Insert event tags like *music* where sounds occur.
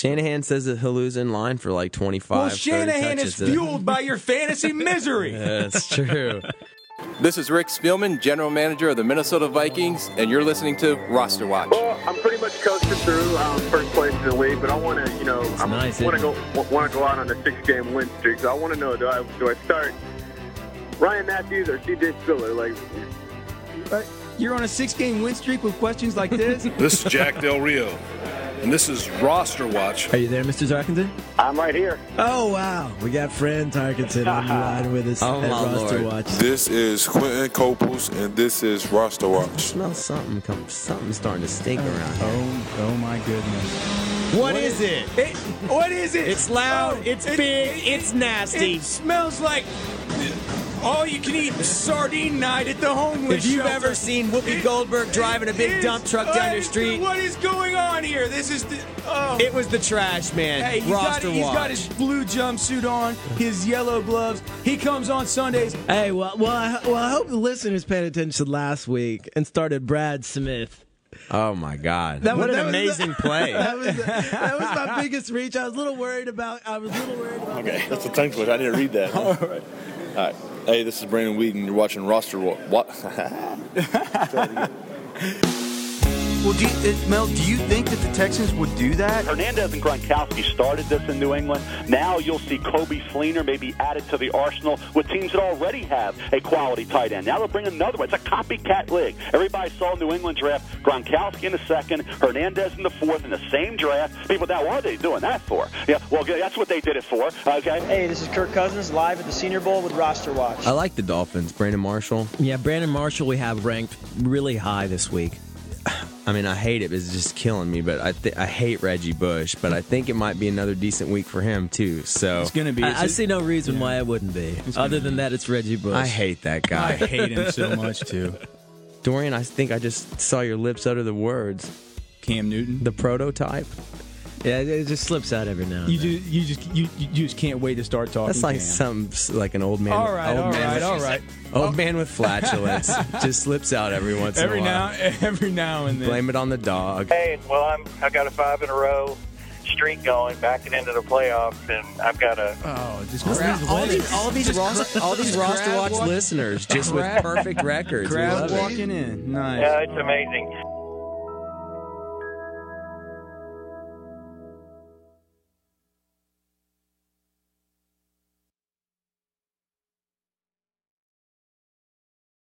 Shanahan says that he'll lose in line for like 25. Well, 30 Shanahan touches is to- fueled by *laughs* your fantasy misery. Yeah, *laughs* That's true. This is Rick Spielman, General Manager of the Minnesota Vikings, and you're listening to Roster Watch. Well, I'm pretty much coasting through um, first place in the league, but I want to, you know, I nice, want to isn't go want to go out on a six-game win streak. So I want to know do I do I start Ryan Matthews or C.J. Spiller? Like, Uh, You're on a six-game win streak with questions like this. This is Jack Del Rio, and this is Roster Watch. Are you there, Mr. Zarkington? I'm right here. Oh, wow. We got *laughs* Fran Tarkenton on the line with us Oh, at my Roster Lord. Watch. This is Quentin Copels, and this is Roster Watch. Smell something. Come, something's starting to stink around here. Oh, oh my goodness. *laughs* What is it? It- what is it? It's loud, Oh, it's it- big, it- it's nasty. It smells like all you can eat sardine night at the homeless If you've shelter. ever seen Whoopi It- Goldberg driving a it big is- dump truck I- down your street, What is going on here? This is the. Oh. it was the trash man. Hey, he's got, roster he's got watch. his blue jumpsuit on, his yellow gloves. He comes on Sundays. Hey, well, well, I, well, I hope the listeners paid attention last week and started Brad Smith. Oh my God. That What was- an that was the- amazing play. *laughs* That was, the- that was *laughs* my biggest reach. I was a little worried about. I was a little worried about. Okay, that's a tongue twist. I didn't read that. *laughs* All right. All right. Hey, this is Brandon Whedon. You're watching Roster Watch. Well, do you, uh, Mel, do you think that the Texans would do that? Hernandez and Gronkowski started this in New England. Now you'll see Kobe Fleener maybe added to the arsenal with teams that already have a quality tight end. Now they'll bring another one. It's a copycat league. Everybody saw New England draft Gronkowski in the second, Hernandez in the fourth, in the same draft. People, now what are they doing that for? Yeah, well, that's what they did it for. Okay. Hey, this is Kirk Cousins live at the Senior Bowl with Roster Watch. I like the Dolphins. Brandon Marshall. Yeah, Brandon Marshall we have ranked really high this week. I mean, I hate it. It's just killing me. But I th- I hate Reggie Bush. But I think it might be another decent week for him too. So It's going to be. I, I see no reason why it wouldn't be. Other than that, it's Reggie Bush. I hate that I guy, hate him so much, too. Dorian. I think I just saw your lips utter the words, Cam Newton. the prototype. Yeah, it, it just slips out every now and You then. just, you just, you, you just can't wait to start talking. That's like Cam. some like an old man. All right, old all man right, with- all right. Old man with *laughs* flatulence just slips out every once Every in a now, *laughs* while. every now and then. Blame it on the dog. Hey, well, I'm I got a five in a row streak going, backing into the playoffs, and I've got a Oh, just all these, all these, ros- all these roster crab watch walk- listeners just with perfect records. We crowd love it. walking in. Nice. yeah, uh, it's amazing.